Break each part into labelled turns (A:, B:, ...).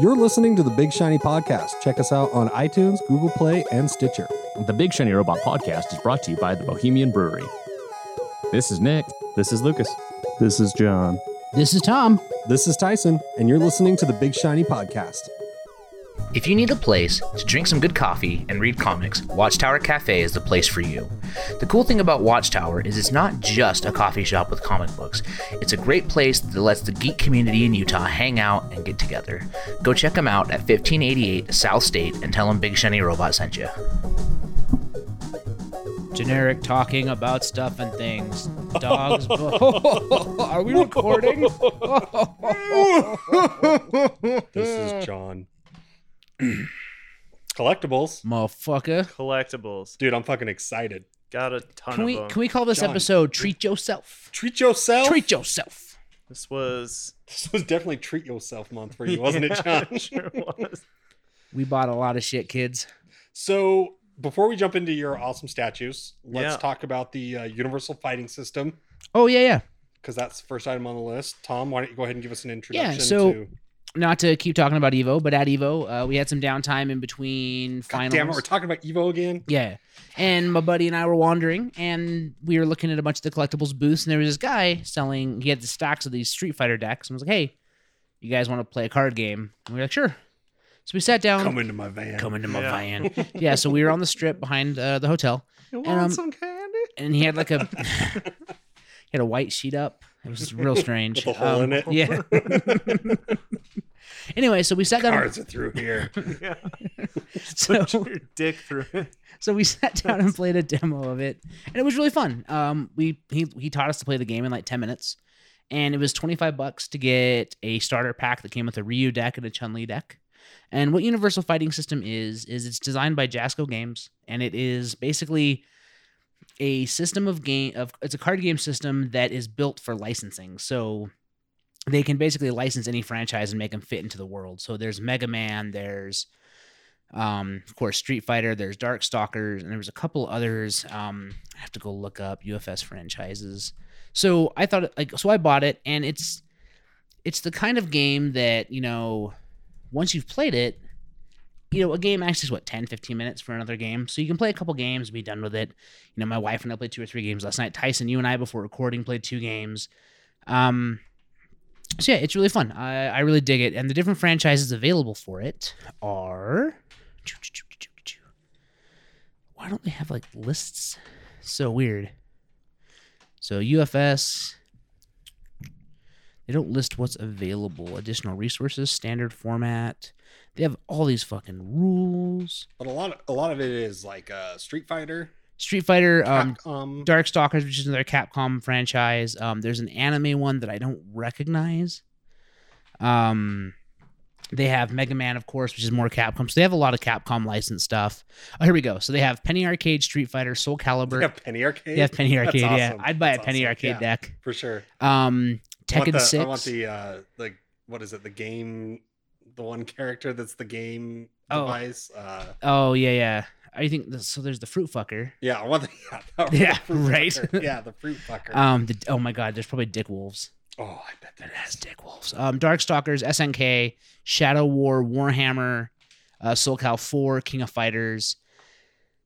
A: You're listening to the Big Shiny Podcast. Check us out on iTunes, Google Play, and Stitcher.
B: The Big Shiny Robot podcast is brought to you by the Bohemian Brewery. This is Nick.
C: This is Lucas.
D: This is John.
E: This is Tom.
A: This is Tyson, and you're listening to the Big Shiny Podcast.
F: If you need a place to drink some good coffee and read comics, Watchtower Cafe is the place for you. The cool thing about Watchtower is it's not just a coffee shop with comic books. It's a great place that lets the geek community in Utah hang out and get together. Go check them out at 1588 South State and tell them Big Shiny Robot sent you.
E: Generic talking about stuff and things. Dogs. Are we recording?
C: This is John. Collectibles.
E: Motherfucker.
G: collectibles.
C: Dude, I'm fucking excited.
G: Got a ton
E: Can
G: of
E: we
G: them.
E: can we call this episode "Treat Yourself"?
C: Treat yourself.
E: Treat yourself.
G: This was
C: This was definitely treat yourself month for you, wasn't it, John?
G: sure was.
E: We bought a lot of shit, kids.
C: So before we jump into your awesome statues, let's
G: Yeah.
C: talk about the uh, Universal Fighting System
E: Oh yeah, yeah.
C: because that's the first item on the list. Tom, why don't you go ahead and give us an introduction?
E: so-
C: to...
E: Not to keep talking about Evo, but at Evo, uh, we had some downtime in between
C: God
E: finals.
C: damn it, we're talking about Evo again.
E: Yeah. And my buddy and I were wandering and we were looking at a bunch of the collectibles booths and there was this guy selling he had the stocks of these Street Fighter decks and was like, Hey, you guys want to play a card game? And we were like, Sure. So we sat down.
C: Come into my van.
E: Come into my
G: Yeah.
E: van. yeah, so we were on the strip behind uh, the hotel
G: You want
E: And, um,
G: some candy?
E: and he had like a he had a white sheet up. It was real strange.
C: With a hole in it.
E: Yeah. anyway, so we sat down.
C: Cards are through here.
G: Yeah.
E: So,
G: Put your dick through it.
E: So we sat down and played a demo of it, and it was really fun. Um, we he he taught us to play the game in like ten minutes, and it was twenty five bucks to get a starter pack that came with a Ryu deck and a Chun Li deck. And what Universal Fighting System is is it's designed by Jasco Games, and it is basically a system of game of it's a card game system that is built for licensing. So they can basically license any franchise and make them fit into the world. So there's Mega Man, there's um, of course Street Fighter, there's Dark Stalkers, and there was a couple others. Um, I have to go look up UFS franchises. So I thought like so I bought it and it's it's the kind of game that, you know, once you've played it, you know, a game actually is what 10, 15 minutes for another game. So you can play a couple games, be done with it. You know, my wife and I played two or three games last night. Tyson, you and I before recording played two games. Um so yeah, it's really fun. I, I really dig it. And the different franchises available for it are why don't they have like lists? So weird. So UFS they don't list what's available, additional resources, standard format. They have all these fucking rules.
C: But a lot of a lot of it is like uh, Street Fighter,
E: Street Fighter, um,
C: Capcom.
E: Darkstalkers, which is another Capcom franchise. Um, there's an anime one that I don't recognize. Um, they have Mega Man, of course, which is more Capcom. So they have a lot of Capcom licensed stuff. Oh, here we go. So they have Penny Arcade, Street Fighter, Soul Calibur.
C: They have Penny Arcade.
E: They have Penny
C: That's
E: Arcade. Yeah,
C: awesome.
E: I'd buy
C: That's
E: a Penny
C: awesome.
E: Arcade
C: Yeah,
E: deck.
C: for sure.
E: Um,
C: I want
E: Tekken
C: the-
E: Six.
C: I want the uh like what is it? The game the one character that's the game
E: Oh.
C: device. Uh
E: oh yeah, yeah. I think th- so. There's the Fruit Fucker.
C: yeah, I want the yeah, that was the
E: Yeah,
C: fruit
E: right.
C: fucker. Yeah, the fruit fucker.
E: Um, the, oh my God, there's probably Dick Wolves.
C: oh, I bet there
E: There is Dick Wolves. Um, Darkstalkers, SNK, Shadow War, Warhammer, uh, Soul Cal 4, King of Fighters.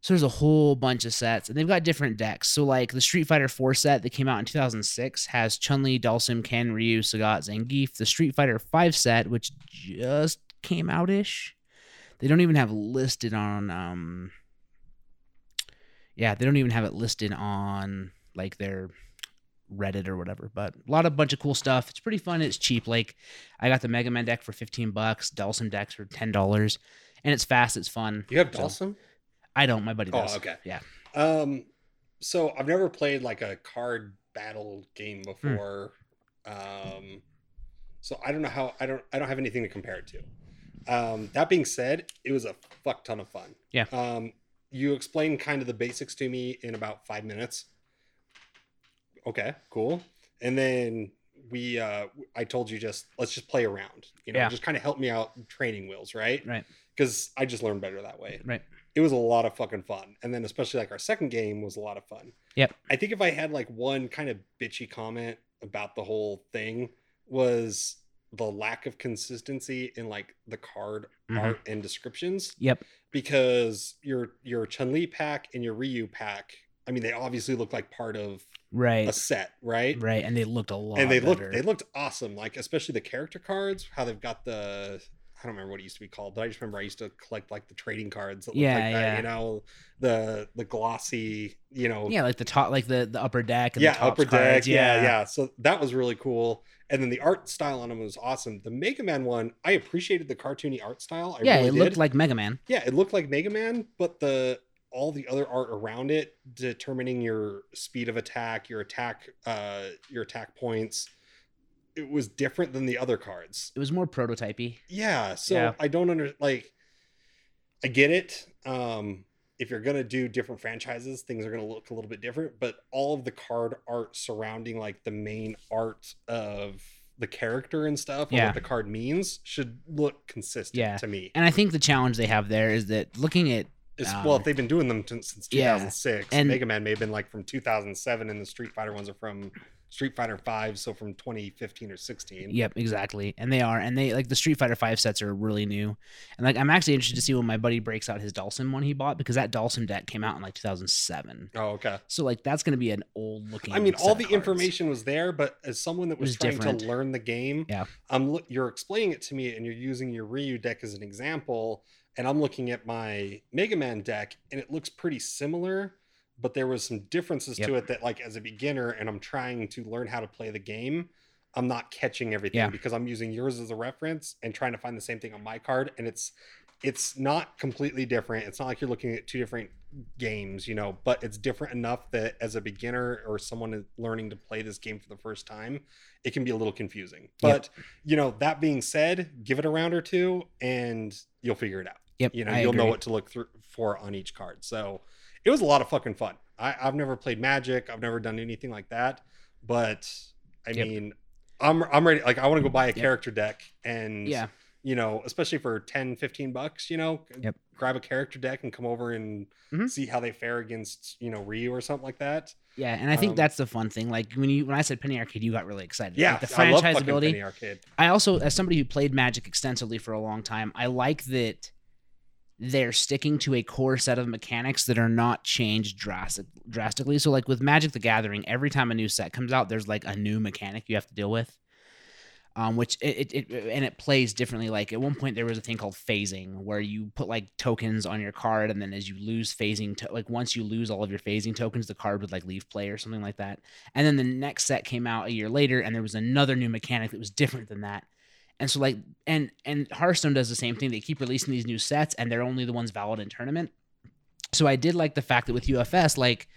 E: So there's a whole bunch of sets, and they've got different decks. So like the Street Fighter 4 set that came out in 2006 has Chun Li, Dalsim, Ken, Ryu, Sagat, Zangief. The Street Fighter 5 set, which just came out ish, they don't even have listed on. Um, yeah, they don't even have it listed on like their Reddit or whatever. But a lot of bunch of cool stuff. It's pretty fun. It's cheap. Like I got the Mega Man deck for 15 bucks, Dalsim decks for $10, and it's fast. It's fun.
C: You have
E: So-
C: Dawson?
E: I don't. My buddy
C: Oh,
E: does.
C: okay.
E: Yeah.
C: Um so I've never played like a card battle game
E: Hmm.
C: before. Um so I don't know how I don't I don't have anything to compare it to. Um that being said, it was a fuck ton of fun.
E: Yeah.
C: Um you explained kind of the basics to me in about 5 minutes. Okay, cool. And then we uh I told you just let's just play around. You know,
E: Yeah.
C: just kind of help me out training wheels, right?
E: Right.
C: Cuz I just learned better that way
E: Right.
C: it was a lot of fucking fun. And then especially like our second game was a lot of fun.
E: Yep.
C: I think if I had like one kind of bitchy comment about the whole thing was the lack of consistency in like the card
E: Mhm.
C: art and descriptions
E: Yep.
C: because your your Chun Li pack and your Ryu pack. I mean, they obviously look like part of a
E: Right.
C: set, right?
E: Right. And they looked a lot.
C: and they
E: better.
C: looked they looked awesome. Like especially the character cards, how they've got the I don't remember what it used to be called, but I just remember I used to collect like the trading cards that looked
E: Yeah,
C: like that.
E: yeah.
C: You know, the the glossy, you know,
E: Yeah, like the top, like the the upper deck. And
C: yeah,
E: the tops
C: upper deck,
E: cards,
C: yeah. yeah, So that was really cool. And then the art style on them was awesome. The Mega Man one, I appreciated the cartoony art style. I
E: yeah,
C: really
E: it
C: did.
E: looked like Mega Man.
C: yeah, it looked like Mega Man, but the all the other art around it, determining your speed of attack, your attack, uh, your attack points, it was different than the other cards.
E: It was more prototypey.
C: Yeah, so
E: Yeah.
C: I don't under like. I get it. Um, if you're gonna do different franchises, things are gonna look a little bit different. But all of the card art surrounding like the main art of the character and stuff, or
E: Yeah.
C: what the card means, should look consistent
E: Yeah.
C: to me.
E: And I think the challenge they have there is that looking at
C: It's,
E: Um,
C: well, if they've been doing them t- since
E: yeah,
C: 2006,
E: and-
C: Mega Man may have been like from 2007, and the Street Fighter ones are from Street Fighter Five, so from 2015 or 16.
E: Yep, exactly. And they are. And they like the Street Fighter Five sets are really new. And like I'm actually interested to see when my buddy breaks out his Dalsim one he bought because that Dalsim deck came out in like 2007.
C: Oh, okay.
E: So like that's gonna be an old looking.
C: I mean,
E: set
C: all
E: of
C: the
E: cards.
C: information was there, but as someone that was,
E: was
C: trying
E: different.
C: to learn the game,
E: Yeah.
C: I'm look, you're explaining it to me, and you're using your Ryu deck as an example, and I'm looking at my Mega Man deck, and it looks pretty similar, but there was some differences to
E: Yep.
C: it that, like, as a beginner, and I'm trying to learn how to play the game. I'm not catching everything
E: Yeah.
C: because I'm using yours as a reference and trying to find the same thing on my card, and it's it's not completely different. It's not like you're looking at two different games, you know, but it's different enough that as a beginner or someone learning to play this game for the first time, it can be a little confusing. But, you know, that being said, give it a round or two and you'll figure it out.
E: Yep,
C: You know,
E: I
C: you'll know
E: agree.
C: what to look through for on each card. So it was a lot of fucking fun. I, I've never played Magic, I've never done anything like that. But I
E: Yep.
C: mean, I'm I'm ready. Like, I want to go buy a
E: Yep.
C: character deck and
E: Yeah,
C: you know, especially for 10, 15 bucks, you know,
E: Yep.
C: grab a character deck and come over and
E: Mhm.
C: see how they fare against, you know, Ryu or something like that.
E: yeah, and I think
C: Um,
E: that's the fun thing. Like when you when I said Penny Arcade, you got really excited.
C: Yeah.
E: like, the
C: I love fucking
E: franchisability.
C: Penny Arcade.
E: I also, as somebody who played Magic extensively for a long time, I like that they're sticking to a core set of mechanics that are not changed drastic, drastically. So, like with Magic the Gathering, every time a new set comes out, there's like a new mechanic you have to deal with. Um, which it, it, it and it plays differently. Like at one point, there was a thing called phasing, where you put like tokens on your card, and then as you lose phasing, to- like once you lose all of your phasing tokens, the card would like leave play or something like that. And then the next set came out a year later, and there was another new mechanic that was different than that. And so like and and Hearthstone does the same thing. They keep releasing these new sets, and they're only the ones valid in tournament. So I did like the fact that with UFS, like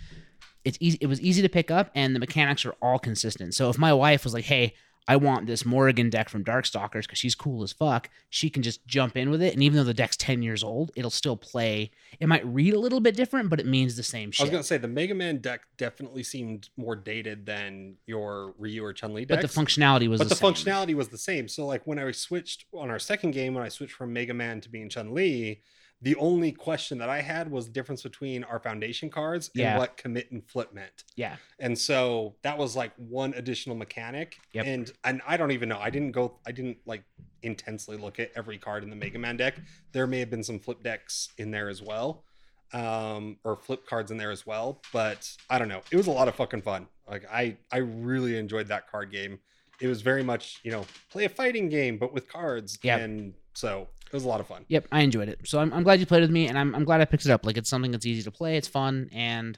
E: it's easy. It was easy to pick up, and the mechanics are all consistent. So if my wife was like, "Hey, I want this Morrigan deck from Darkstalkers because she's cool as fuck," she can just jump in with it, and even though the deck's ten years old, it'll still play. It might read a little bit different, but it means the same
C: I
E: shit.
C: was going to say the Mega Man deck definitely seemed more dated than your Ryu or Chun Li
E: but
C: deck.
E: the functionality was
C: but the
E: the, same.
C: functionality was the same. So like when I switched on our second game, when I switched from Mega Man to being Chun Li, the only question that I had was the difference between our foundation cards and
E: Yeah.
C: what commit and flip meant.
E: Yeah.
C: And so that was like one additional mechanic.
E: Yep.
C: And and I don't even know. I didn't go I didn't like intensely look at every card in the Mega Man deck. There may have been some flip decks in there as well. Um or flip cards in there as well, but I don't know. It was a lot of fucking fun. Like I I really enjoyed that card game. It was very much, you know, play a fighting game but with cards
E: Yeah.
C: and so it was a lot of fun.
E: Yep, I enjoyed it. So I'm, I'm glad you played with me, and I'm, I'm glad I picked it up. Like it's something that's easy to play. It's fun, and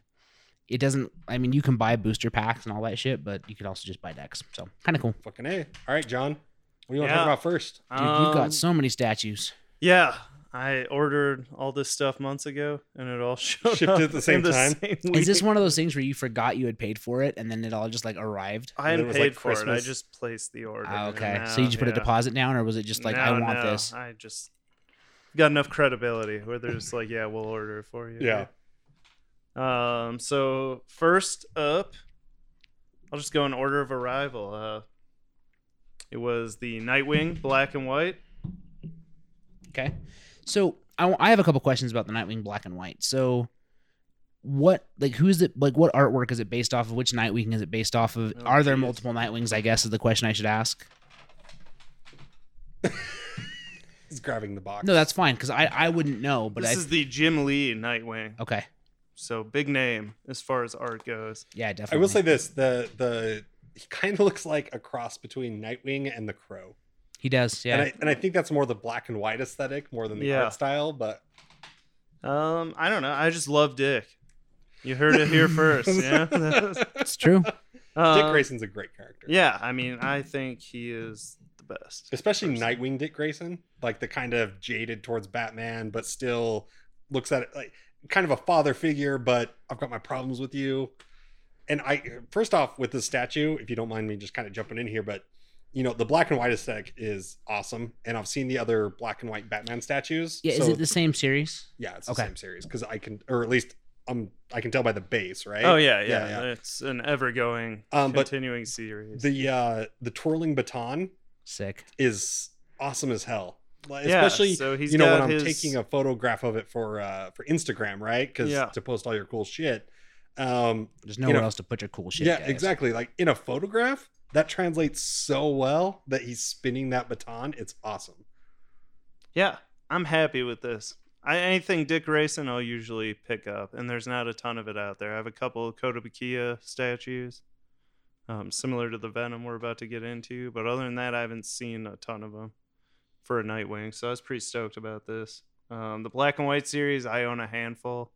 E: it doesn't. I mean, you can buy booster packs and all that shit, but you can also just buy decks. So kind of cool.
C: Fucking A. All right, John. What do you want to
G: Yeah.
C: talk about first?
E: Dude, you've
G: Um,
E: got so many statues.
G: Yeah, I ordered all this stuff months ago, and it all showed
C: Shipped
G: up
C: at the same
G: in the
C: time?
G: Same
E: Is this
G: week.
E: one of those things where you forgot you had paid for it, and then it all just like arrived?
G: I
C: And it
G: hadn't
C: was,
G: paid
C: like,
G: for it. I
C: Christmas.
G: just placed the order.
E: Ah,
G: and
E: okay, so you just put a
G: now- yeah.
E: deposit down, or was it just like I
G: No,
E: want
G: no,
E: this?
G: I just got enough credibility where they're just like, yeah, we'll order it for you.
C: Yeah.
G: Um. So first up, I'll just go in order of arrival. Uh, it was the Nightwing, black and white.
E: Okay. So I, w- I have a couple questions about the Nightwing Black and White. So what like who's it like what artwork is it based off of? Which Nightwing is it based off of?
G: Oh,
E: Are there
G: geez.
E: multiple Nightwings? I guess is the question I should ask.
C: He's grabbing the box.
E: No, that's fine because I I wouldn't know, but
G: this
E: I
G: is the Jim Lee Nightwing.
E: okay.
G: So big name as far as art goes.
E: Yeah,
C: I
E: definitely.
C: will say this: the the he kind of looks like a cross between Nightwing and the Crow,
E: he does. Yeah,
C: and I and I think that's more the black and white aesthetic more than the
G: Yeah.
C: art style. But
G: Um, I don't know. I just love Dick. You heard it here first. Yeah.
E: it's true.
C: Dick
E: Uh,
G: Um,
C: Grayson's a great character.
G: Yeah, I mean, I think he is the best.
C: especially
G: person.
C: Nightwing Dick Grayson, like the kind of jaded towards Batman, but still looks at it like kind of a father figure. But I've got my problems with you. And I first off with this statue, if you don't mind me just kind of jumping in here, but you know the black and white aesthetic is awesome, and I've seen the other black and white Batman statues.
E: Yeah, is
C: so-
E: it the same series?
C: Yeah, it's the
E: Okay.
C: same series because I can, or at least um, I can tell by the base, right?
G: Oh yeah, yeah,
C: yeah.
G: It's an ever-going,
C: Um, but
G: continuing series.
C: The uh, the twirling baton
E: Sick.
C: is awesome as hell. Like,
G: yeah,
C: Especially
G: so he's
C: you know when
G: got
C: I'm
G: his-
C: taking a photograph of it for uh for Instagram, right? Because
G: Yeah.
C: to post all your cool shit. Um,
E: There's
C: You
E: nowhere
C: know-
E: else to put your cool shit.
C: yeah,
E: guys.
C: exactly. Like in a photograph, that translates so well that he's spinning that baton. It's awesome.
G: Yeah, I'm happy with this. I, anything Dick Grayson, I'll usually pick up, and there's not a ton of it out there. I have a couple of Kotobukiya statues, um, similar to the Venom we're about to get into, but other than that, I haven't seen a ton of them for a Nightwing. So I was pretty stoked about this. Um, the black and white series, I own a handful.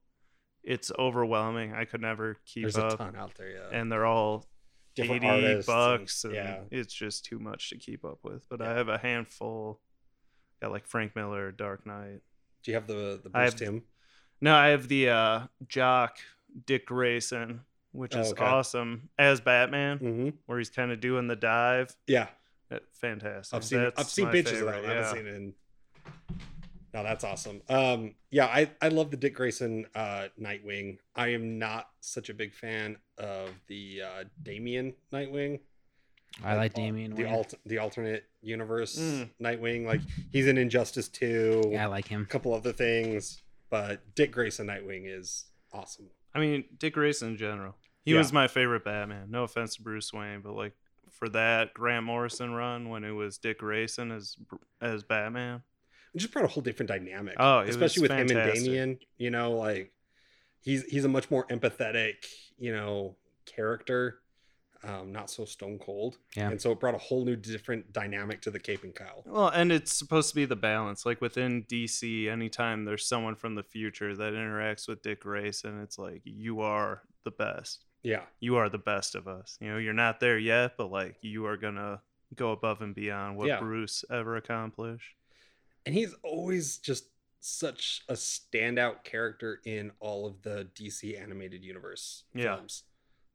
G: It's overwhelming. I could never keep
C: There's
G: up,
C: a ton out there. Yeah,
G: and they're all
C: different
G: 80
C: artists. and-
G: bucks and
C: yeah,
G: it's just too much to keep up with but i
C: Yeah.
G: have a handful got like frank miller dark knight
C: do you have the the
G: I
C: Bruce
G: have-
C: Tim?
G: no i have the uh jock dick grayson which
C: Oh,
G: is
C: okay.
G: awesome as batman
C: hmm
G: where he's kind of doing the dive
C: Yeah,
G: Uh, fantastic
C: I've seen
G: That's
C: I've seen
G: my
C: pictures
G: favorite,
C: of that. One. I
G: yeah.
C: haven't seen it. in no, that's awesome. Um, yeah, I, I love the Dick Grayson uh, Nightwing. I am not such a big fan of the uh, Damien Nightwing.
E: I like Damien.
C: The
E: Wayne.
C: alt the alternate universe
G: Mm.
C: Nightwing. Like he's in Injustice Two,
E: yeah, I like
C: a
E: him.
C: couple other things, but Dick Grayson Nightwing is awesome.
G: i mean dick grayson in general he
C: Yeah.
G: was my favorite batman no offense to bruce wayne but like for that grant morrison run when it was dick grayson as as batman
C: It just brought a whole different dynamic.
G: Oh, it
C: especially
G: was
C: with him and
G: fantastic.
C: Damien. You know, like he's he's a much more empathetic, you know, character, um, not so stone cold.
E: Yeah.
C: And so it brought a whole new different dynamic to the Cape and Kyle.
G: Well, and it's supposed to be the balance. Like within DC, anytime there's someone from the future that interacts with Dick Grayson, it's like you are the best.
C: Yeah,
G: You are the best of us. You know, you're not there yet, but like you are gonna go above and beyond what
C: Yeah.
G: Bruce ever accomplished.
C: and he's always just such a standout character in all of the DC animated universe
G: Yeah.
C: films.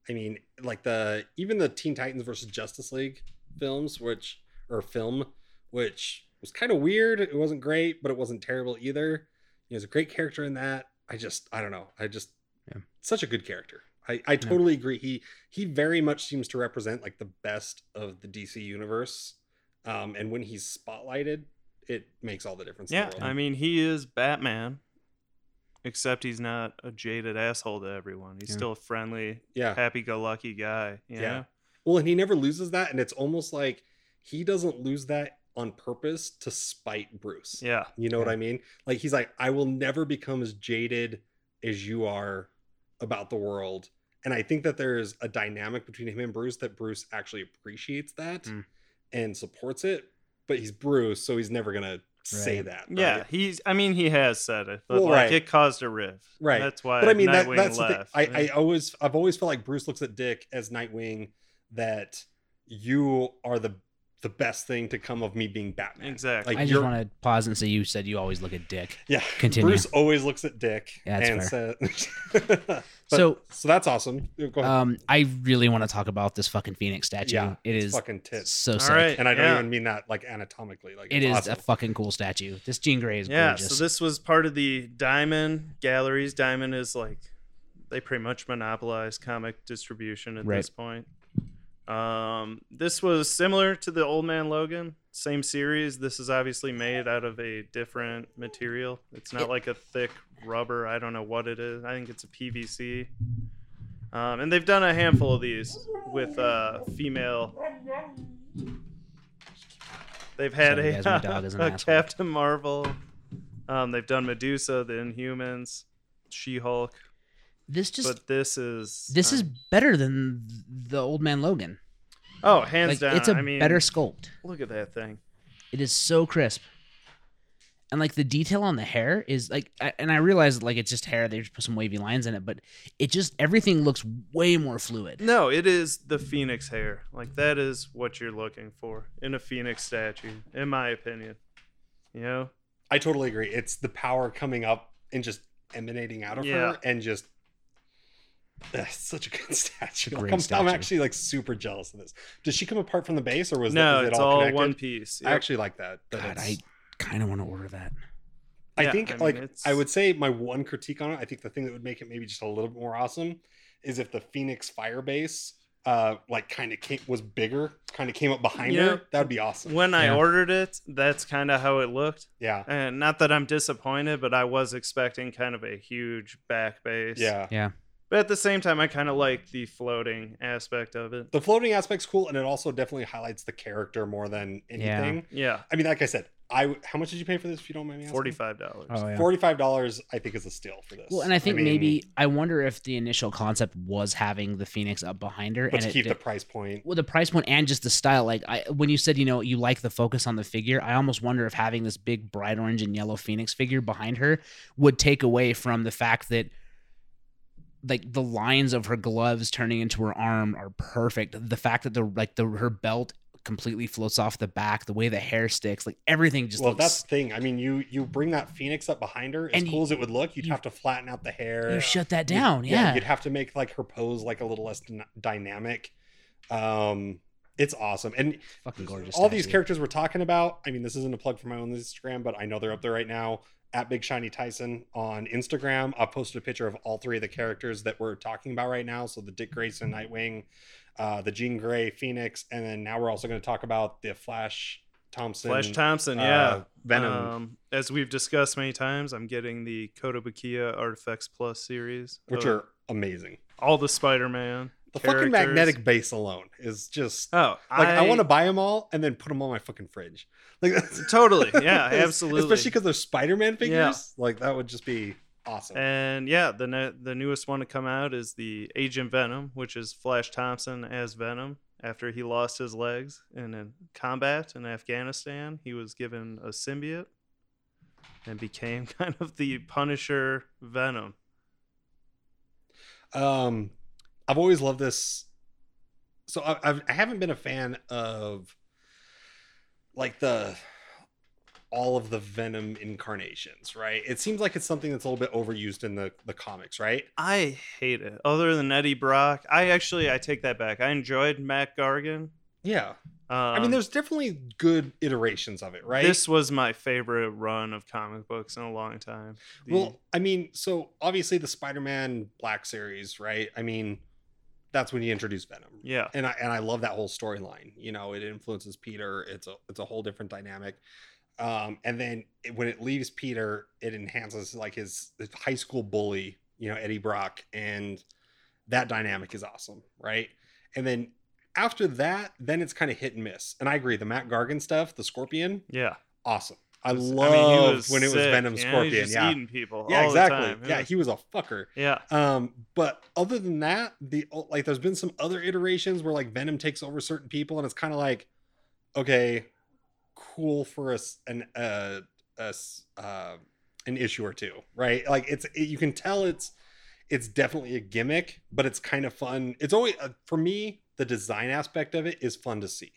C: I mean, like the even the Teen Titans versus Justice League films, which or film, which was kind of weird. It wasn't great, but it wasn't terrible either. He was a great character in that. I just I don't know. I just
E: Yeah.
C: such a good character. I, I totally agree. He he very much seems to represent like the best of the DC universe. Um, and when he's spotlighted, it makes all the difference.
G: Yeah,
C: in the world.
G: I mean he is Batman. Except he's not a jaded asshole to everyone. He's
E: Yeah.
G: still a friendly,
C: yeah.
G: happy go lucky guy.
C: Yeah.
G: You know?
C: Well, and he never loses that, and it's almost like he doesn't lose that on purpose to spite Bruce.
G: Yeah.
C: You know what I mean? Like he's like, I will never become as jaded as you are about the world. And I think that there's a dynamic between him and Bruce that Bruce actually appreciates that
G: Hmm.
E: Mm.
C: and supports it, but he's Bruce, so he's never gonna say
E: Right.
C: that.
G: Yeah,
C: right?
G: he's. I mean, he has said it, but
C: Well,
G: like
C: right.
G: it caused a rift.
C: Right.
G: That's why.
C: But I mean, that,
G: Nightwing
C: that's the thing.
G: left.
C: I, I always, I've always felt like Bruce looks at Dick as Nightwing. That you are the the best thing to come of me being Batman.
G: Exactly.
C: Like
E: I just
C: you're,
E: want to pause and say you said you always look at Dick.
C: yeah.
E: Continue.
C: Bruce always looks at Dick
E: Yeah,
C: and
E: that's
C: says,
E: So-
C: so that's awesome. Go ahead.
E: Um, I really want to talk about this fucking Phoenix statue.
C: Oh. yeah,
E: it
C: it's
E: is
C: fucking tits,
E: so
G: All
E: sick.
G: right,
C: and I don't
G: yeah.
C: even mean that like anatomically. Like
E: It
C: it's
E: is
C: awesome.
E: a fucking cool statue. This Jean Grey is
G: Yeah.
E: gorgeous.
G: So this was part of the Diamond Galleries. Diamond is like they pretty much monopolize comic distribution at
E: Right.
G: this point. Um, this was similar to the Old Man Logan, same series. This is obviously made out of a different material. It's not like a thick rubber. I don't know what it is. I think it's a PVC. Um, and they've done a handful of these with uh, female. They've had
E: Sorry, guys,
G: a,
E: my dog is an
G: a
E: asshole.
G: Captain Marvel. Um, they've done Medusa, the Inhumans, She Hulk,
E: This just
G: but this is
E: this is
G: um,
E: better than the old man Logan.
G: oh hands
E: Like
G: down.
E: it's a
G: I mean,
E: better sculpt.
G: Look at that thing.
E: It is so crisp. And like the detail on the hair is like, I, and I realize like it's just hair. They just put some wavy lines in it, but it just everything looks way more fluid.
G: No, it is the phoenix hair. Like that is what you're looking for in a phoenix statue, in my opinion. You know,
C: I totally agree. It's the power coming up and just emanating out of
G: Yeah.
C: her and just that's such a good statue. Like,
A: great
C: I'm, I'm
A: statue.
C: actually like super jealous of this. Does she come apart from the base or was
G: no,
C: that, is it
G: it's
C: all,
G: all,
C: connected?
G: one piece.
C: I
G: Yep.
C: actually like that. that
E: God,
C: it's-
E: I kind of want to order that.
C: I
G: Yeah,
C: think
G: I mean,
C: like
G: it's-
C: I would say my one critique on it, I think the thing that would make it maybe just a little bit more awesome is if the Phoenix Firebase uh like kind of came was bigger, kind of came up behind
G: You know,
C: her. That would be awesome.
G: when I
E: Yeah.
G: ordered it, that's kind of how it looked.
C: yeah.
G: And not that I'm disappointed, but I was expecting kind of a huge back base.
C: Yeah.
G: But at the same time, I kind of like the floating aspect of it.
C: The floating aspect's cool and it also definitely highlights the character more than anything.
G: Yeah,
C: I mean, like I said, I w- how much did you pay for this? If you Oh, don't mind me asking,
G: forty-five dollars.
C: Forty-five dollars, I think, is a steal for this.
E: Well, and I think
C: mean,
E: maybe I wonder if the initial concept was having the phoenix up behind her,
C: but
E: and
C: to
E: it
C: keep
E: did-
C: the price point,
E: well, the price point and just the style. Like I, when you said, you know, you like the focus on the figure, I almost wonder if having this big bright orange and yellow phoenix figure behind her would take away from the fact that, like, the lines of her gloves turning into her arm are perfect. The fact that the like the her belt completely floats off the back, the way the hair sticks, like everything just
C: well,
E: looks.
C: that's the thing. I mean, you you bring that phoenix up behind her, as
E: And
C: cool
E: you-
C: as it would look, you'd
E: you-
C: have to flatten out the hair.
E: you shut that
C: You'd-
E: down, yeah.
C: You'd have to make like her pose like a little less dyna- dynamic. Um, it's awesome, and
E: fucking gorgeous.
C: all these
E: statue.
C: characters we're talking about. I mean, this isn't a plug for my own Instagram, but I know they're up there right now at Big Shiny Tyson on Instagram. I posted a picture of all three of the characters that we're talking about right now. So the Dick Grayson
E: Mm-hmm.
C: Nightwing, uh, the Jean Grey Phoenix, and then now we're also going to talk about the Flash Thompson.
G: Flash Thompson,
C: uh,
G: yeah.
C: Venom.
G: Um, as we've discussed many times, I'm getting the Kotobukiya Artifacts Plus series,
C: which
G: of
C: are amazing.
G: all the Spider-Man.
C: The fucking
G: characters.
C: magnetic base alone is just
G: Oh,
C: like I, want to buy them all and then put them on my fucking fridge. Like that's,
G: totally. Yeah,
C: It's-
G: absolutely.
C: Especially because they're Spider-Man figures.
G: Yeah.
C: Like that would just be awesome.
G: And yeah, the ne- the newest one to come out is the Agent Venom, which is Flash Thompson as Venom. After he lost his legs in a combat in Afghanistan, he was given a symbiote and became kind of the Punisher Venom.
C: Um, I've always loved this. So I, I've, I haven't been a fan of like the all of the Venom incarnations, right? It seems like it's something that's a little bit overused in the the comics, right?
G: I hate it. Other than Eddie Brock, I actually I take that back. I enjoyed Matt Gargan.
C: Yeah,
G: Um,
C: I mean, there's definitely good iterations of it, right?
G: this was my favorite run of comic books in a long time. The-
C: Well, I mean, so obviously the Spider-Man Black series, right? I mean, that's when you introduce Venom,
G: yeah,
C: and I and I love that whole storyline. You know, it influences Peter. It's a it's a whole different dynamic. Um, and then it, when it leaves Peter, it enhances like his, his high school bully, you know, Eddie Brock, and that dynamic is awesome, right? And then after that, then it's kind of hit and miss. And I agree, the Matt Gargan stuff, the Scorpion,
G: yeah.
C: awesome. I
G: mean, he
C: love
G: was
C: when it was
G: sick,
C: Venom
G: you know? He was
C: Scorpion.
G: just
C: Yeah,
G: eating people.
C: yeah,
G: all the
C: exactly.
G: time,
C: yeah, he was a fucker.
G: yeah.
C: Um, but other than that, the like there's been some other iterations where like Venom takes over certain people, and it's kind of like, okay, cool for us an uh, us uh, an issue or two, right? Like it's it, you can tell it's it's definitely a gimmick, but it's kind of fun. It's always uh, for me the design aspect of it is fun to see.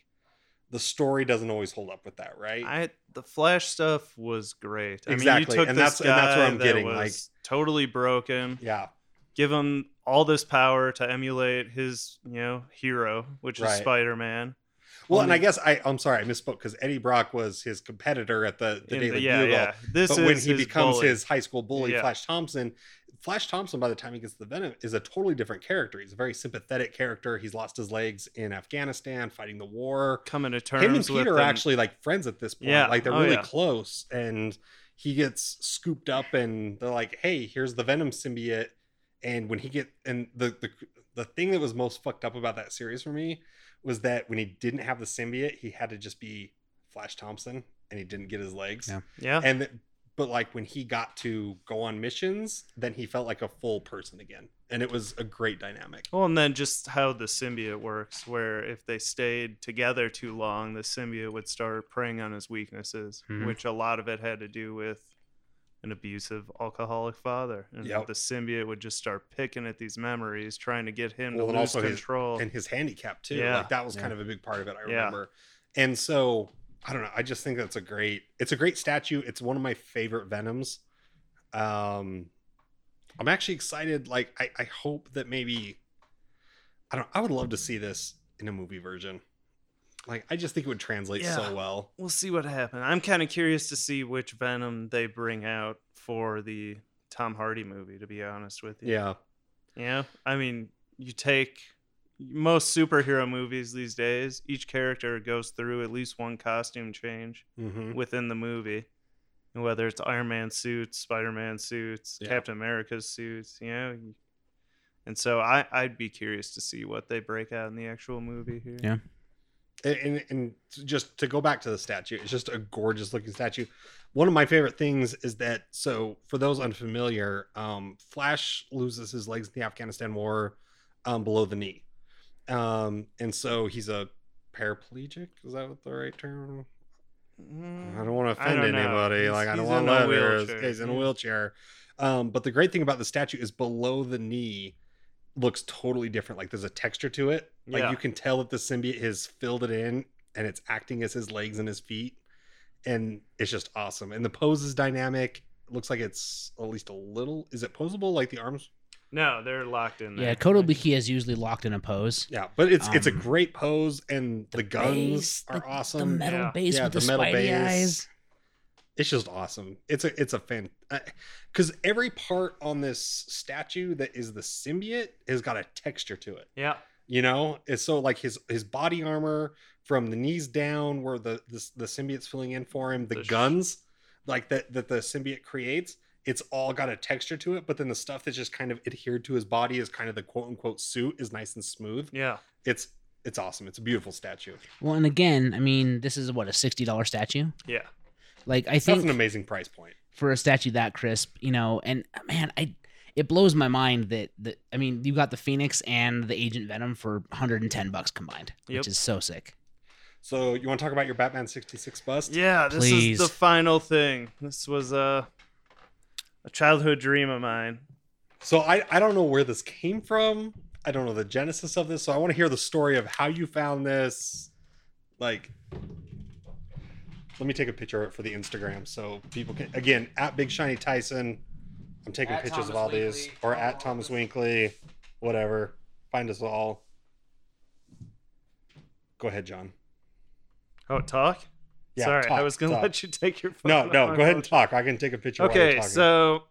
C: The story doesn't always hold up with that, right?
G: I the Flash stuff was great. I
C: Exactly,
G: mean, you took
C: and
G: this
C: that's- and that's where
G: guy
C: I'm
G: that
C: getting,
G: was
C: like-
G: totally broken.
C: yeah,
G: Give him all this power to emulate his, you know, hero, which
C: Right.
G: is Spider Man.
C: Well,
G: Only-
C: and I guess I I'm sorry I misspoke because Eddie Brock was his competitor at the the Daily
G: yeah,
C: Bugle.
G: yeah. This
C: but
G: is
C: when he
G: his
C: becomes
G: bully.
C: his high school bully,
G: Yeah.
C: Flash Thompson, Flash Thompson, by the time he gets the Venom, is a totally different character. He's a very sympathetic character. He's lost his legs in Afghanistan fighting the war.
G: coming to terms
C: Him and
G: with
C: Peter are
G: them.
C: actually like friends at this point.
G: Yeah.
C: Like they're
G: Oh,
C: really
G: yeah.
C: close. And he gets scooped up and they're like, hey, here's the Venom symbiote. And when he get and the the the thing that was most fucked up about that series for me was that when he didn't have the symbiote, he had to just be Flash Thompson, and he didn't get his legs.
E: Yeah.
G: Yeah.
C: And th- but like when he got to go on missions, then he felt like a full person again, and it was a great dynamic.
G: Well, and then just how the symbiote works, where if they stayed together too long, the symbiote would start preying on his weaknesses,
C: Mm-hmm.
E: Mhm.
G: which a lot of it had to do with an abusive alcoholic father. And
C: Yep.
G: the symbiote would just start picking at these memories, trying to get him
C: Well,
G: to
C: and
G: lose
C: also his-
G: control.
C: and his handicap too.
G: Oh. Yeah.
C: Like that was
E: Yeah.
C: kind of a big part of it, I
G: Yeah.
C: remember. And so I don't know. I just think that's a great it's a great statue. It's one of my favorite venoms. Um I'm actually excited. Like I, I hope that maybe I don't I would love to see this in a movie version. Like I just think it would translate
G: Yeah.
C: so well.
G: we'll see what happens. I'm kind of curious to see which Venom they bring out for the Tom Hardy movie, to be honest with you.
C: Yeah.
G: Yeah. I mean, you take most superhero movies these days, each character goes through at least one costume change
C: Mm-hmm.
E: Hmm.
G: within the movie. And Whether it's Iron Man suits, Spider Man suits,
C: Yeah.
G: Captain America's suits, you know. And so I, I'd be curious to see what they break out in the actual movie here.
E: Yeah.
C: and, and, and just to go back to the statue, it's just a gorgeous looking statue. One of my favorite things is that so for those unfamiliar, um, Flash loses his legs in the Afghanistan War um, below the knee, um, and so he's a paraplegic. Is that what the right term? I don't want to
G: I
C: offend
G: don't know.
C: anybody.
G: He's-
C: Like I don't
G: he's
C: want
G: in a
C: letters.
G: wheelchair.
C: He's in a
G: Yeah.
C: wheelchair. Um, but the great thing about the statue is below the knee looks totally different. Like there's a texture to it. Like
G: Yeah.
C: you can tell that the symbiote has filled it in and it's acting as his legs and his feet. And it's just awesome. And the pose is dynamic. Looks like it's at least a little. Is it posable? Like the arms?
G: No, they're locked in there.
E: Yeah, Kodo Biki is usually locked in a pose.
C: Yeah, but it's it's a
E: Um,
C: great pose, and the, guns
E: base,
C: are
E: the-
C: awesome.
E: The metal
G: Yeah.
E: base with the, spidey eyes.
C: It's just awesome. It's a it's a fan because every part on this statue that is the symbiote has got a texture to it.
G: Yeah.
C: You know, it's so like his his body armor from the knees down, where the the, the symbiote's filling in for him, the,
G: The sh-
C: guns like that that the symbiote creates. It's all got a texture to it, but then the stuff that's just kind of adhered to his body is kind of the quote unquote suit is nice and smooth.
G: Yeah.
C: It's it's awesome. It's a beautiful statue.
E: Well, and again, I mean, this is what a sixty dollar statue.
G: Yeah.
E: Like I
C: That's
E: think
C: an amazing price point.
E: for a statue that crisp, you know, and man, I it blows my mind that that I mean, you got the Phoenix and the Agent Venom for 110 bucks combined,
G: Yep.
E: which is so sick.
C: So you want to talk about your Batman sixty six bust?
G: Yeah, this
E: Please.
G: is the final thing. This was a a childhood dream of mine.
C: So I, I don't know where this came from. I don't know the genesis of this. So I want to hear the story of how you found this. Like, let me take a picture of it for the Instagram so people can again at Big Shiny Tyson. I'm taking
E: At
C: pictures of
E: Thomas
C: all these
E: Winkley,
C: or
E: follow
C: at
E: all
C: Thomas
E: this.
C: Winkley, whatever. Find us all. Go ahead, John.
G: Oh, talk?
C: Yeah,
G: Sorry, I
C: talk,
G: was gonna
C: talk.
G: let you take your phone.
C: No, no,
G: off.
C: go ahead and talk. I can take a picture. while you're
G: Okay,
C: talking.
G: so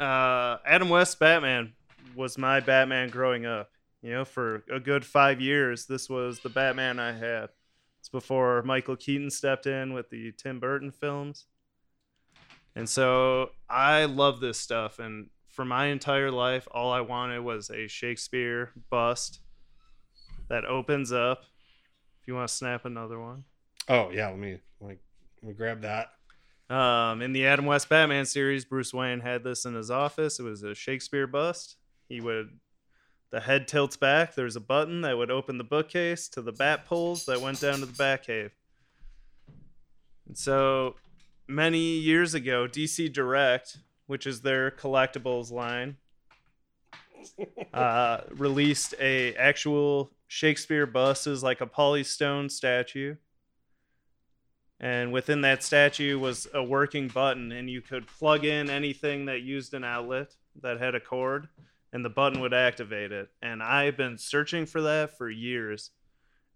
G: uh, Adam West Batman was my Batman growing up. You know, for a good five years, this was the Batman I had. It's before Michael Keaton stepped in with the Tim Burton films. And so I love this stuff. And for my entire life, all I wanted was a Shakespeare bust that opens up. If you want to snap another one.
C: oh yeah, let me like let me grab that.
G: Um, in the Adam West Batman series, Bruce Wayne had this in his office. It was a Shakespeare bust. He would, the head tilts back. There was a button that would open the bookcase to the bat poles that went down to the bat cave. And so many years ago, DC Direct, which is their collectibles line, uh, released a actual Shakespeare bust as like a polystone statue and within that statue was a working button and you could plug in anything that used an outlet that had a cord and the button would activate it and i've been searching for that for years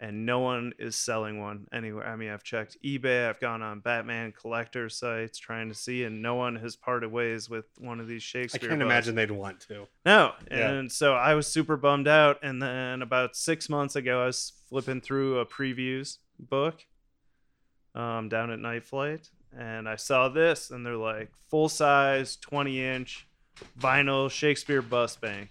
G: and no one is selling one anywhere i mean i've checked ebay i've gone on batman collector sites trying to see and no one has parted ways with one of these
C: I
G: shakespeare
C: can't
G: busts.
C: imagine they'd want to.
G: No.
C: Yeah.
G: And so I was super bummed out. And then about six months ago, I was flipping through a previews book um, down at Night Flight. And I saw this, and they're like full size, 20 inch vinyl Shakespeare bust bank,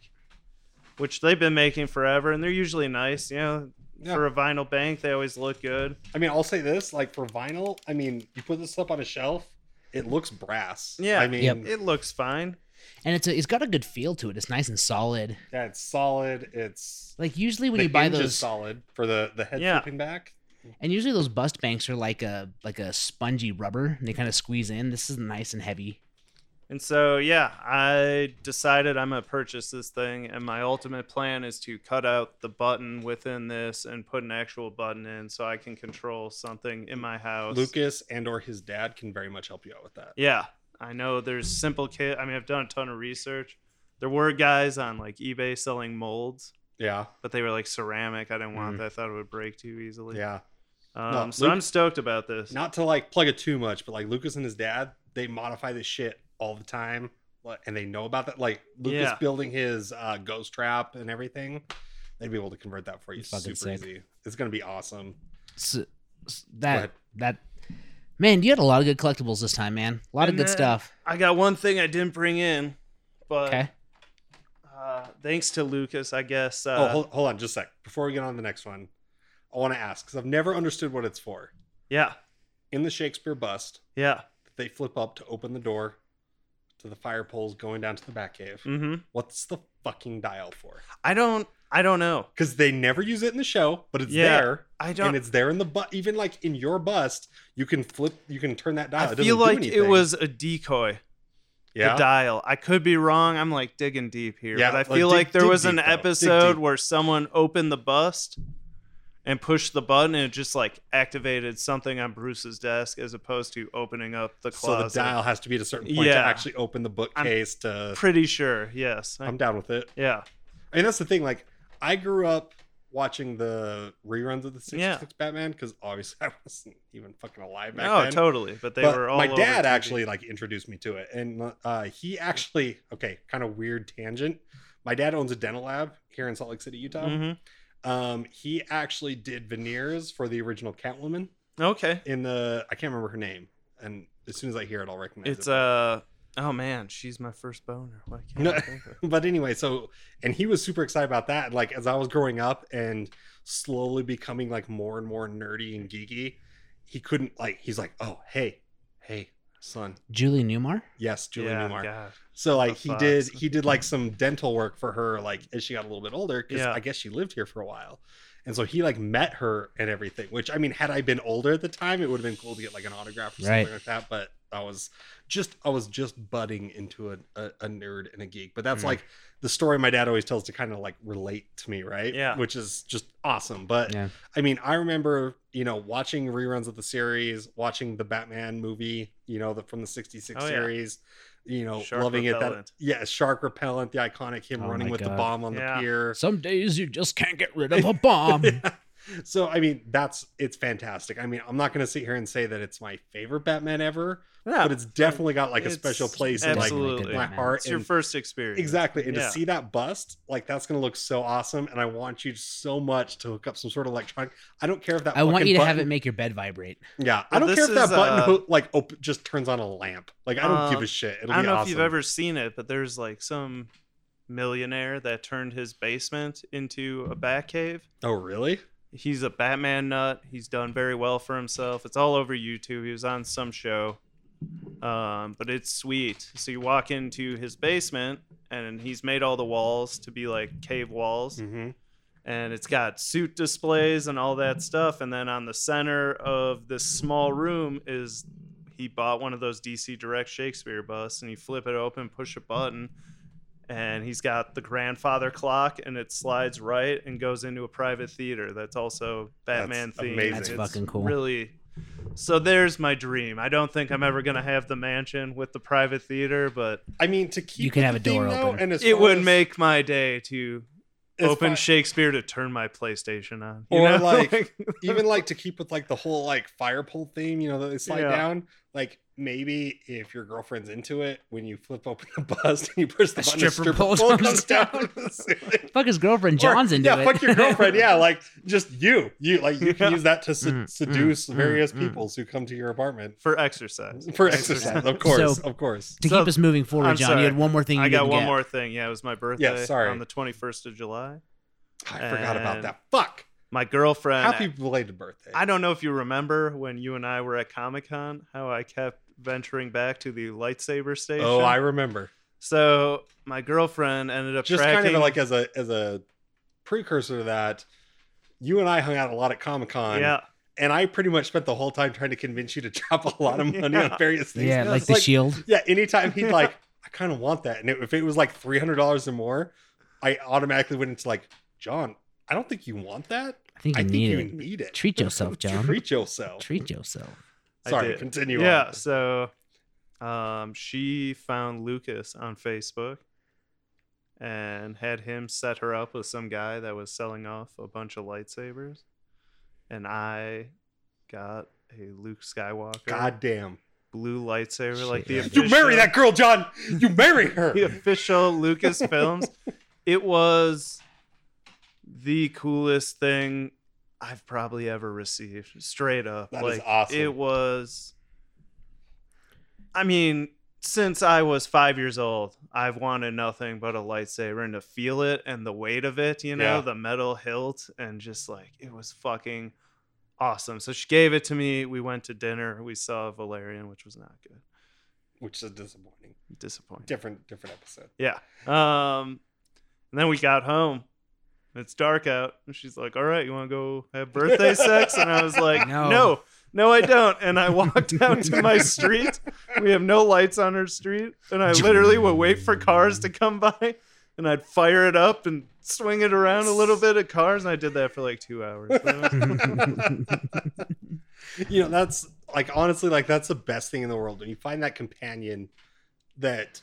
G: which they've been making forever. And they're usually nice. You know,
C: Yeah.
G: for a vinyl bank, they always look good.
C: I mean, I'll say this: like for vinyl, I mean, you put this up on a shelf, it looks brass.
G: Yeah.
C: I mean,
E: Yep.
G: It looks fine.
E: and it's a, it's got a good feel to it. It's nice and solid.
C: yeah, it's solid. It's
E: Like usually when
C: the
E: you buy
C: hinge is
E: those,
C: solid for the the head
G: Yeah.
C: flipping back.
E: and usually those bust banks are like a like a spongy rubber, and they kind of squeeze in. This is nice and heavy.
G: And so, yeah, I decided I'm going to purchase this thing. And my ultimate plan is to cut out the button within this and put an actual button in so I can control something in my house.
C: Lucas and or his dad can very much help you out with that.
G: Yeah. I know there's simple kit. I mean, I've done a ton of research. There were guys on like eBay selling molds,
C: Yeah,
G: but they were like ceramic. I didn't want that. I thought it would break too easily.
C: Mm. yeah.
G: Um,
C: No,
G: so
C: Luke-
G: I'm stoked about this.
C: Not to like plug it too much, but like Lucas and his dad, they modify this shit all the time, like, and they know about that. Like Lucas
G: Yeah.
C: building his uh, ghost trap and everything, they'd be able to convert that for you
E: It's fucking
C: super
E: sick.
C: easy. It's gonna be awesome.
E: S- s-
C: ahead.
E: that that man, you had a lot of good collectibles this time, man. A lot of
G: And
E: good
G: then-
E: stuff.
G: I got one thing I didn't bring in, but
E: Okay,
G: uh, thanks to Lucas, I guess. Uh,
C: oh, hold, hold on, just a sec. Before we get on to the next one, I want to ask because I've never understood what it's for.
G: Yeah.
C: In the Shakespeare bust,
G: Yeah.
C: they flip up to open the door to the fire poles going down to the back cave.
G: hmm
C: What's the fucking dial for?
G: I don't. I don't know.
C: Because they never use it in the show, but it's
G: Yeah,
C: there.
G: I
C: and
G: don't.
C: it's there in the butt. Even like in your bust, you can flip, you can turn that dial.
G: I
C: it doesn't
G: feel
C: do
G: like it
C: anything.
G: was a decoy.
C: yeah.
G: The dial. I could be wrong. I'm like digging deep here,
C: Yeah,
G: but I
C: like,
G: feel
C: dig-
G: like there
C: dig
G: was
C: deep,
G: an
C: though. Dig
G: episode
C: deep.
G: where someone opened the bust and pushed the button, and it just like activated something on Bruce's desk, as opposed to opening up the
C: so the
G: closet.
C: dial has to be at a certain point to
G: Yeah.
C: actually open the bookcase. to
G: Pretty sure. Yes. I-
C: I'm down with it.
G: yeah.
C: I mean, that's the thing. Like, I grew up watching the reruns of the '66
G: Yeah.
C: Batman because obviously I wasn't even fucking alive back
G: No,
C: then.
G: totally. But they
C: But
G: were all.
C: my
G: over
C: dad
G: TV.
C: actually like introduced me to it, and uh, he actually okay, kind of weird tangent. My dad owns a dental lab here in Salt Lake City, Utah.
G: Mhm.
C: Um, he actually did veneers for the original Catwoman
G: Okay.
C: in the I can't remember her name, and as soon as I hear it, I'll recognize
G: It's
C: it.
G: uh. Oh man, she's my first boner. Why can't
C: No.
G: I think of?
C: but anyway, so and he was super excited about that. Like as I was growing up and slowly becoming like more and more nerdy and geeky, he couldn't like he's like, oh hey, hey son,
E: Julie Newmar.
C: yes, Julie
G: yeah,
C: Newmar.
G: God.
C: So like he did
G: fucks?
C: he did like some dental work for her like as she got a little bit older because
G: Yeah.
C: I guess she lived here for a while. And so he like met her and everything, which I mean, had I been older at the time, it would have been cool to get like an autograph or something
E: Right.
C: like that. But I was just I was just budding into a, a, a nerd and a geek. But that's
F: Mm.
C: like the story my dad always tells to kind of like relate to me, right?
G: Yeah.
C: Which is just awesome. But
E: Yeah.
C: I mean, I remember, you know, watching reruns of the series, watching the Batman movie, you know, the, from the 66
G: Oh, yeah.
C: series, you know,
G: Shark
C: loving
G: repellent.
C: it. That yeah, shark repellent, the iconic him
E: Oh
C: running
E: my
C: with the
E: God.
C: bomb on
G: Yeah.
C: the pier.
E: Some days you just can't get rid of a bomb.
C: So I mean, that's it's fantastic. I mean, I'm not going to sit here and say that it's my favorite Batman ever,
G: Yeah,
C: but it's definitely got like a
G: it's
C: special place in like
G: absolutely.
C: my
E: Batman.
C: heart.
G: It's your
C: and-
G: first experience.
C: Exactly. And
G: Yeah.
C: to see that bust, like that's gonna look so awesome. And I want you so much to hook up some sort of electronic. I don't care if that.
E: I want
C: fucking
E: you to
C: button,
E: have it make your bed vibrate.
C: Yeah, I
G: Well,
C: don't care
G: this
C: if that
G: is,
C: button
G: uh,
C: ho- like op- just turns on a lamp. Like I don't
G: Uh,
C: give a shit. It'll
G: I don't
C: be
G: know
C: awesome.
G: if you've ever seen it, but there's like some millionaire that turned his basement into a bat cave.
C: Oh really?
G: He's a Batman nut. He's done very well for himself. It's all over YouTube. He was on some show. Um, but it's sweet. So you walk into his basement and he's made all the walls to be like cave walls.
C: Mm-hmm.
G: and it's got suit displays and all that stuff. And then on the center of this small room is he bought one of those DC Direct Shakespeare busts, and you flip it open, push a button, and he's got the grandfather clock, and it slides right and goes into a private theater that's also
C: That's
G: Batman themed.
C: amazing.
E: That's
G: It's
E: fucking cool.
G: Really. So there's my dream. I don't think I'm ever gonna have the mansion with the private theater, but
C: I mean, to keep
E: You can
C: with
E: have
C: the
E: a door
C: theme, though,
E: open.
C: and as
G: it
C: far
G: would
C: as-
G: make my day to
C: as
G: open
C: far-
G: Shakespeare to turn my PlayStation on. you
C: Or,
G: know?
C: like, even like to keep with like the whole like fire pole theme. You know that they slide
G: Yeah.
C: down. Like maybe if your girlfriend's into it, when you flip open the bus and you push the
E: A
C: button, the
E: stripper
C: stripper
E: pole
C: pole,
E: comes
C: comes down. to the ceiling.
E: Fuck his girlfriend John's
C: Or-
E: into
C: yeah,
E: it.
C: fuck your girlfriend. Yeah, like just you. You like you can
G: Yeah.
C: use that to se-
E: Mm, mm,
C: seduce
E: mm,
C: various
E: mm.
C: peoples who come to your apartment
G: for exercise.
C: for exercise. Of course,
E: So-
C: of course.
E: to
G: So-
E: keep us moving forward,
G: I'm
E: John,
G: sorry.
E: you had one more thing. You
G: I got
E: didn't
G: one
E: get.
G: more thing. Yeah, it was my birthday
C: sorry.
G: on the 21st of July.
C: I forgot about
G: And-
C: that. Fuck.
G: My girlfriend.
C: Happy belated birthday.
G: I don't know if you remember when you and I were at Comic Con, how I kept venturing back to the lightsaber station.
C: Oh, I remember.
G: So my girlfriend ended up
C: Just
G: tracking.
C: kind of like as a as a precursor to that, you and I hung out a lot at Comic Con.
G: yeah,
C: And I pretty much spent the whole time trying to convince you to drop a lot of money
G: Yeah.
C: on various things.
E: Yeah,
C: And I
E: like
C: was
E: the shield.
C: Yeah, anytime he'd like, I kind of want that. And it, if it was like three hundred dollars or more, I automatically went into like, John, I don't think you want that.
E: I think
C: I
E: you
C: think
E: need
C: you
E: it.
C: need it.
E: Treat yourself, John.
C: Treat yourself.
E: Treat yourself.
G: I
C: Sorry,
G: did.
C: continue.
G: yeah.
C: on.
G: So, um, she found Lucas on Facebook and had him set her up with some guy that was selling off a bunch of lightsabers, and I got a Luke Skywalker
C: God damn.
G: blue lightsaber,
E: Shit.
G: like the
E: You
G: official,
C: You marry that girl, John. You marry her.
G: the official Lucasfilms. It was the coolest thing I've probably ever received. Straight up,
C: That is
G: like
C: awesome.
G: it was. I mean, since I was five years old, I've wanted nothing but a lightsaber, and to feel it and the weight of it, you know,
C: Yeah.
G: the metal hilt, and just like it was fucking awesome. So she gave it to me. We went to dinner. We saw Valerian, which was not good.
C: Which is disappointing.
G: Disappointing.
C: Different different episode.
G: Yeah. Um, and then we got home. It's dark out, and she's like, "All right, you want to go have birthday sex?" And I was like,
E: No.
G: "No, no, I don't." And I walked out to my street. We have no lights on our street, and I literally would wait for cars to come by, and I'd fire it up and swing it around a little bit at cars. And I did that for like two hours.
C: you know, that's like honestly, like that's the best thing in the world when you find that companion that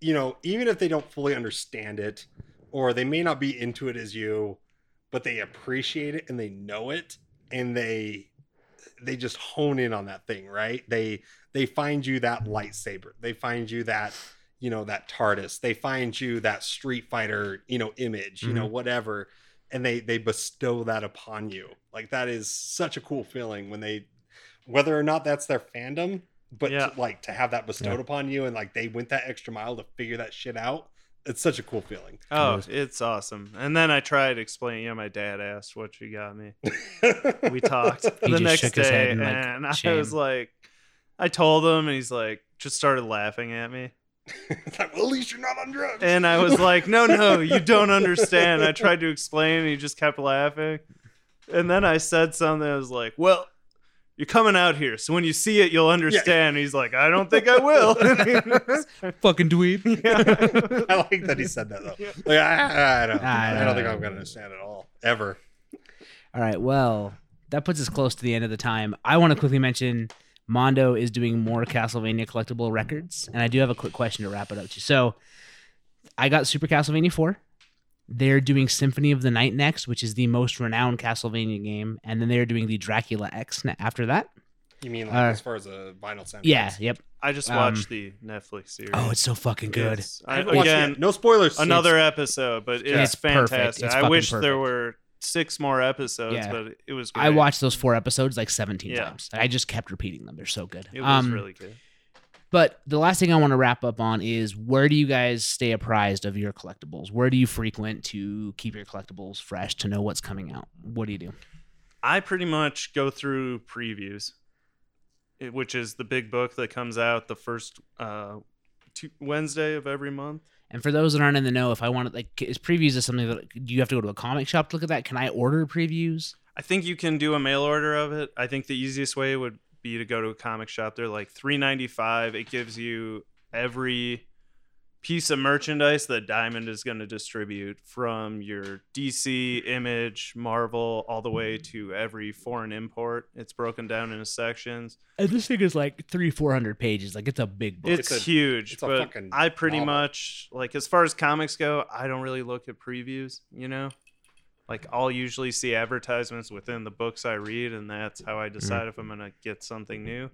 C: you know, even if they don't fully understand it or they may not be into it as you, but they appreciate it and they know it and they they just hone in on that thing, right? They they find you that lightsaber. They find you that you know that TARDIS. They find you that Street Fighter, you know, image, you know,
G: Mm-hmm.
C: whatever, and they they bestow that upon you. Like that is such a cool feeling when they, whether or not that's their fandom, but
G: Yeah.
C: to, like to have that bestowed upon you and like they went that extra mile to figure that shit out. It's such a cool feeling.
G: oh, it's awesome. And then I tried explaining. Yeah, my dad asked what she got me. we talked
E: He
G: the
E: just
G: next
E: shook
G: day,
E: his head
G: and,
E: in, like,
G: I
E: shame.
G: was like, I told him, and he's like, just started laughing at me,
C: It's like, well, at least you're not on drugs.
G: and I was like, no, no, you don't understand. I tried to explain, and he just kept laughing, and then I said something. I was like, well. You're coming out here, so when you see it, you'll understand. He's like, I don't think I will.
E: Fucking dweeb.
G: Yeah.
C: I like that he said that though. Like, I, I don't,
E: I
C: I don't,
E: don't
C: think
E: know.
C: I'm gonna understand at all ever.
E: All right. Well, that puts us close to the end of the time. I want to quickly mention Mondo is doing more Castlevania collectible records, and I do have a quick question to wrap it up to. So, I got Super Castlevania 4. They're doing Symphony of the Night next, which is the most renowned Castlevania game, and then they're doing the Dracula X ne- after that.
C: You mean like
E: Uh,
C: as far as a vinyl sound?
E: Yeah, yep.
G: I just
E: Um,
G: watched the Netflix series.
E: Oh, it's so fucking good.
G: It's- I-
C: Watch
G: again,
C: it. no spoilers.
G: another episode, but
E: Yeah.
G: it's,
E: It's perfect.
G: fantastic.
E: It's
G: I
E: fucking
G: wish there
E: perfect.
G: were six more episodes,
E: Yeah.
G: but it was great.
E: I watched those four episodes like 17
G: Yeah.
E: times. I just kept repeating them. They're so good.
G: It was
E: Um,
G: really good.
E: But the last thing I want to wrap up on is where do you guys stay apprised of your collectibles? Where do you frequent to keep your collectibles fresh to know what's coming out? What do you do?
G: I pretty much go through previews, it- which is the big book that comes out the first uh, Tu- Wednesday of every month.
E: And for those that aren't in the know, if I want to, like, is previews is something that do you have to go to a comic shop to look at that? Can I order previews?
G: I think you can do a mail order of it. I think the easiest way would be to go to a comic shop. They're like three ninety five. It gives you every piece of merchandise that Diamond is going to distribute from your DC, Image, Marvel, all the way to every foreign import. It's broken down into sections.
E: And Uh, this thing is like three, four hundred pages. Like, it's a big book.
G: It's,
C: It's a-
G: huge,
C: it's a
G: but
C: fucking
G: I pretty
C: novel.
G: much like as far as comics go, I don't really look at previews. You know, like I'll usually see advertisements within the books I read, and that's how I
E: Mm-hmm.
G: decide if I'm gonna get something new.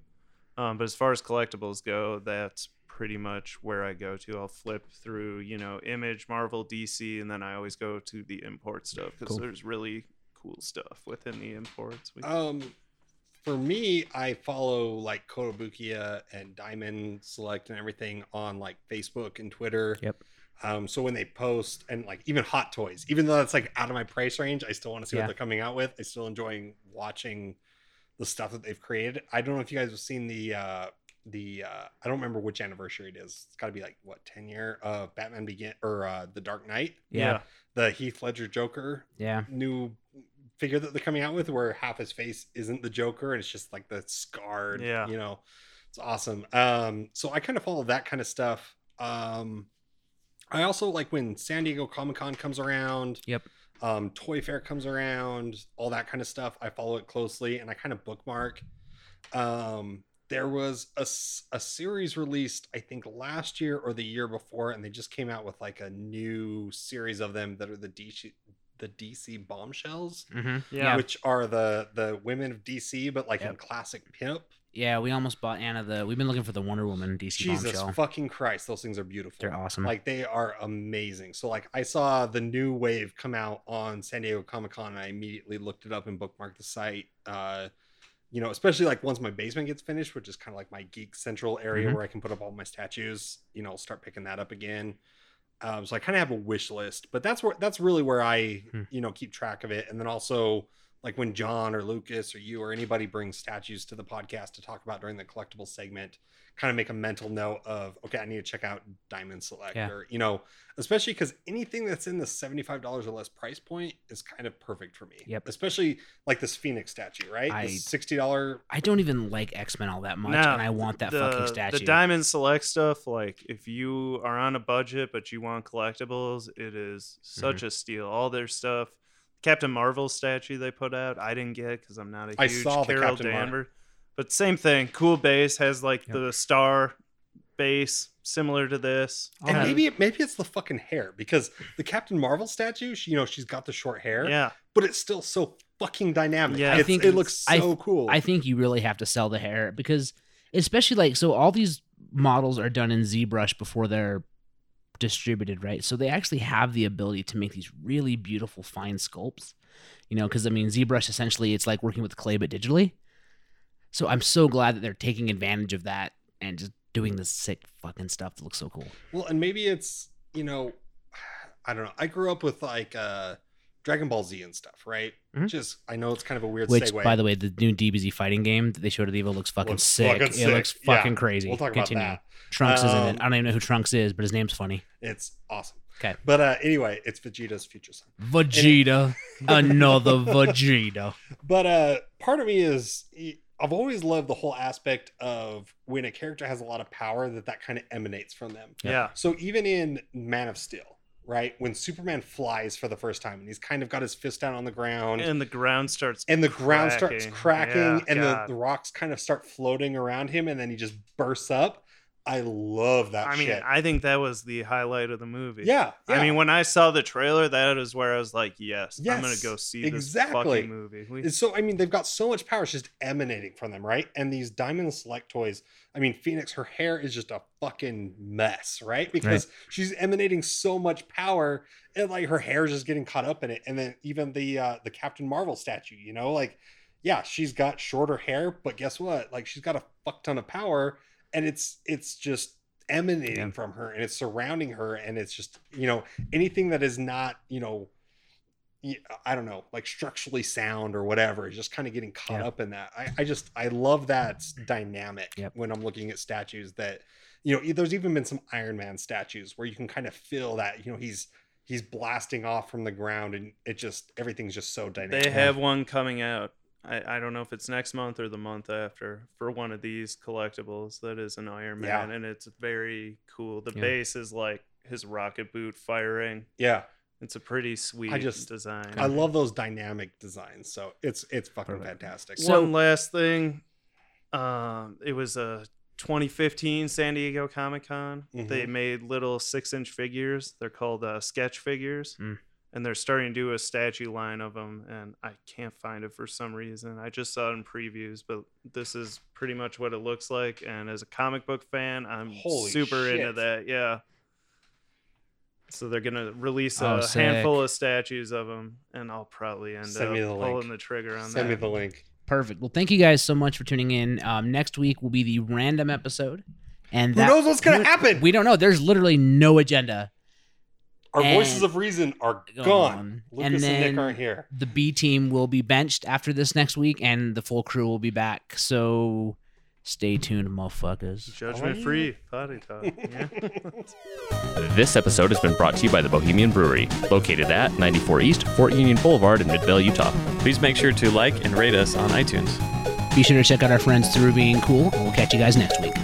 G: Um, but as far as collectibles go, that's pretty much where I go to. I'll flip through, you know, Image, Marvel, DC, and then I always go to the import stuff because
E: Cool.
G: there's really cool stuff within the imports. We-
C: Um, for me, I follow like Kotobukiya and Diamond Select and everything on like Facebook and Twitter.
E: Yep.
C: Um, so when they post and like even Hot Toys, even though that's like out of my price range, I still want to see
E: Yeah.
C: what they're coming out with. I still enjoying watching the stuff that they've created. I don't know if you guys have seen the uh the uh I don't remember which anniversary it is. It's got to be like what 10 year of Batman Begin or uh The Dark Knight,
E: Yeah.
C: the Heath Ledger Joker
E: Yeah.
C: new figure that they're coming out with where half his face isn't the Joker and it's just like the scarred,
G: Yeah.
C: you know. It's awesome. Um so I kind of follow that kind of stuff. Um I also like when San Diego Comic-Con comes around.
E: Yep.
C: Um Toy Fair comes around, all that kind of stuff. I follow it closely and I kind of bookmark. Um there was a, s- a series released i think last year or the year before and they just came out with like a new series of them that are the dc the dc bombshells
E: Mm-hmm.
G: Yeah.
C: which are the the women of dc but like in
G: Yep.
C: classic pimp
E: Yeah, we almost bought Anna the. We've been looking for the Wonder Woman DC
C: jesus
E: bombshell.
C: fucking christ those things are beautiful
E: They're awesome.
C: like they are amazing so like i saw the new wave come out on san diego comic-con and i immediately looked it up and bookmarked the site uh you know especially like once my basement gets finished which is kind of like my geek central area
E: Mhm.
C: where i can put up all my statues you know I'll start picking that up again um so i kind of have a wish list but that's where that's really where i
E: Hmm.
C: you know keep track of it and then also like when john or lucas or you or anybody brings statues to the podcast to talk about during the collectible segment kind of make a mental note of okay i need to check out diamond select
E: Yeah.
C: or you know especially because anything that's in the $75 or less price point is kind of perfect for me
E: Yep.
C: especially like this phoenix statue right
E: I-
C: this $60
E: I don't even like X Men all that much,
G: No,
E: and I want that
G: the,
E: fucking statue.
G: The Diamond Select stuff, like if you are on a budget but you want collectibles, it is such
C: Mm-hmm.
G: a steal. All their stuff, Captain Marvel statue they put out, I didn't get because I'm not a huge
C: I saw the
G: Carol
C: Captain Mar-
G: Danvers. But same thing, cool base has like
E: Yep.
G: the star base similar to this.
C: and
E: I'll have-
C: maybe maybe it's the fucking hair because the captain marvel statue she, you know she's got the short hair
G: yeah,
C: but it's still so fucking dynamic
G: Yeah. I
C: It's-
E: think
C: it looks
E: I
C: so cool
E: I think you really have to sell the hair because, especially like, so all these models are done in ZBrush before they're distributed, right? So they actually have the ability to make these really beautiful fine sculpts, you know, because I mean, ZBrush essentially it's like working with clay but digitally. So I'm so glad that they're taking advantage of that and just doing this sick fucking stuff that looks so cool.
C: Well, and maybe it's you know, I don't know. I grew up with like uh Dragon Ball Z and stuff, right?
E: Mhm.
C: Just I know it's kind of a weird
E: Which,
C: segue.
E: by the way, the new DBZ fighting game that they showed at Evo looks fucking
C: Looks
E: sick.
C: fucking
E: it
C: sick.
E: looks
C: Yeah.
E: fucking crazy.
C: we'll talk
E: Continue.
C: about
E: Trunks is in
C: Um,
E: it. I don't even know who Trunks is, but his name's funny.
C: that. It's awesome.
E: 'Kay.
C: But uh anyway, it's Vegeta's future son.
E: Vegeta, another Vegeta.
C: But uh part of me is I've always loved the whole aspect of when a character has a lot of power that that kind of emanates from them.
E: Yeah.
G: yeah,
C: So even in Man of Steel, right? When Superman flies for the first time and he's kind of got his fist down on the ground
G: and the ground starts
C: and the ground starts cracking
G: Yeah,
C: and the,
G: God.
C: the rocks kind of start floating around him and then he just bursts up i love that
G: I mean,
C: shit
G: I think that was the highlight of the movie.
C: yeah, yeah.
G: I mean, when I saw the trailer, that is where I was like, yes, I'm going
C: Yes,
G: to go see this
C: exactly.
G: fucking movie. We-
C: It's so i mean they've got so much power it's just emanating from them right and these diamond select toys i mean phoenix her hair is just a fucking mess right because she's emanating so much power and like her hair is just getting caught up in it and then even the uh the captain marvel statue you know like yeah she's got shorter hair but guess what like she's got a fuck ton of power and it's it's just emanating
G: Yeah.
C: from her and it's surrounding her and it's just you know anything that is not you know y- I don't know, like structurally sound or whatever, is just kind of getting caught
E: Yeah.
C: up in that. I, I just, I love that s- dynamic
E: Yep.
C: when I'm looking at statues that, you know, e, there's even been some Iron Man statues where you can kind of feel that, you know, he's, he's blasting off from the ground and it just, everything's just so dynamic.
G: they have one coming out. I, I don't know if it's next month or the month after for one of these collectibles that is an Iron
C: Yeah.
G: Man, and it's very cool. The
E: Yeah.
G: base is like his rocket boot firing.
C: Yeah.
G: It's a pretty sweet
C: just-
G: design.
C: I love those dynamic designs. So it's, it's fucking
E: Perfect.
C: fantastic.
E: So-
G: one last thing. Um, it was a 2015 San Diego Comic Con.
C: Mm-hmm.
G: They made little six inch figures. They're called uh, sketch figures.
C: Hmm.
E: Mm.
G: And they're starting to do a statue line of them. And I can't find it for some reason. I just saw it in previews, but this is pretty much what it looks like. And as a comic book fan, I'm
C: Holy
G: super into
C: shit.
G: that. Yeah. So they're gonna release
E: Oh,
G: a
E: sick.
G: handful of statues of them, and I'll probably end
C: Send
G: up
C: me the
G: pulling
C: link.
G: the trigger on
C: Send
G: that.
C: me the link.
E: Perfect. Well, thank you guys so much for tuning in. Um, next week will be the random episode, and
C: Who
E: that
C: knows what's going
E: who-
C: to happen?
E: we don't know. There's literally no agenda.
C: Our voices
E: And-
C: of reason are
E: Go
C: gone.
E: on.
C: Lucas
E: And
C: and,
E: then-
C: Nick aren't here.
E: The B team will be benched after this next week, and the full crew will be back. So stay tuned, motherfuckers.
G: Judgment free potty talk. Yeah.
B: This episode has been brought to you by the Bohemian Brewery, located at 94 East, Fort Union Boulevard in Midvale, Utah.
D: Please make sure to like and rate us on iTunes.
E: Be sure to check out our friends through being cool. and We'll catch you guys next week.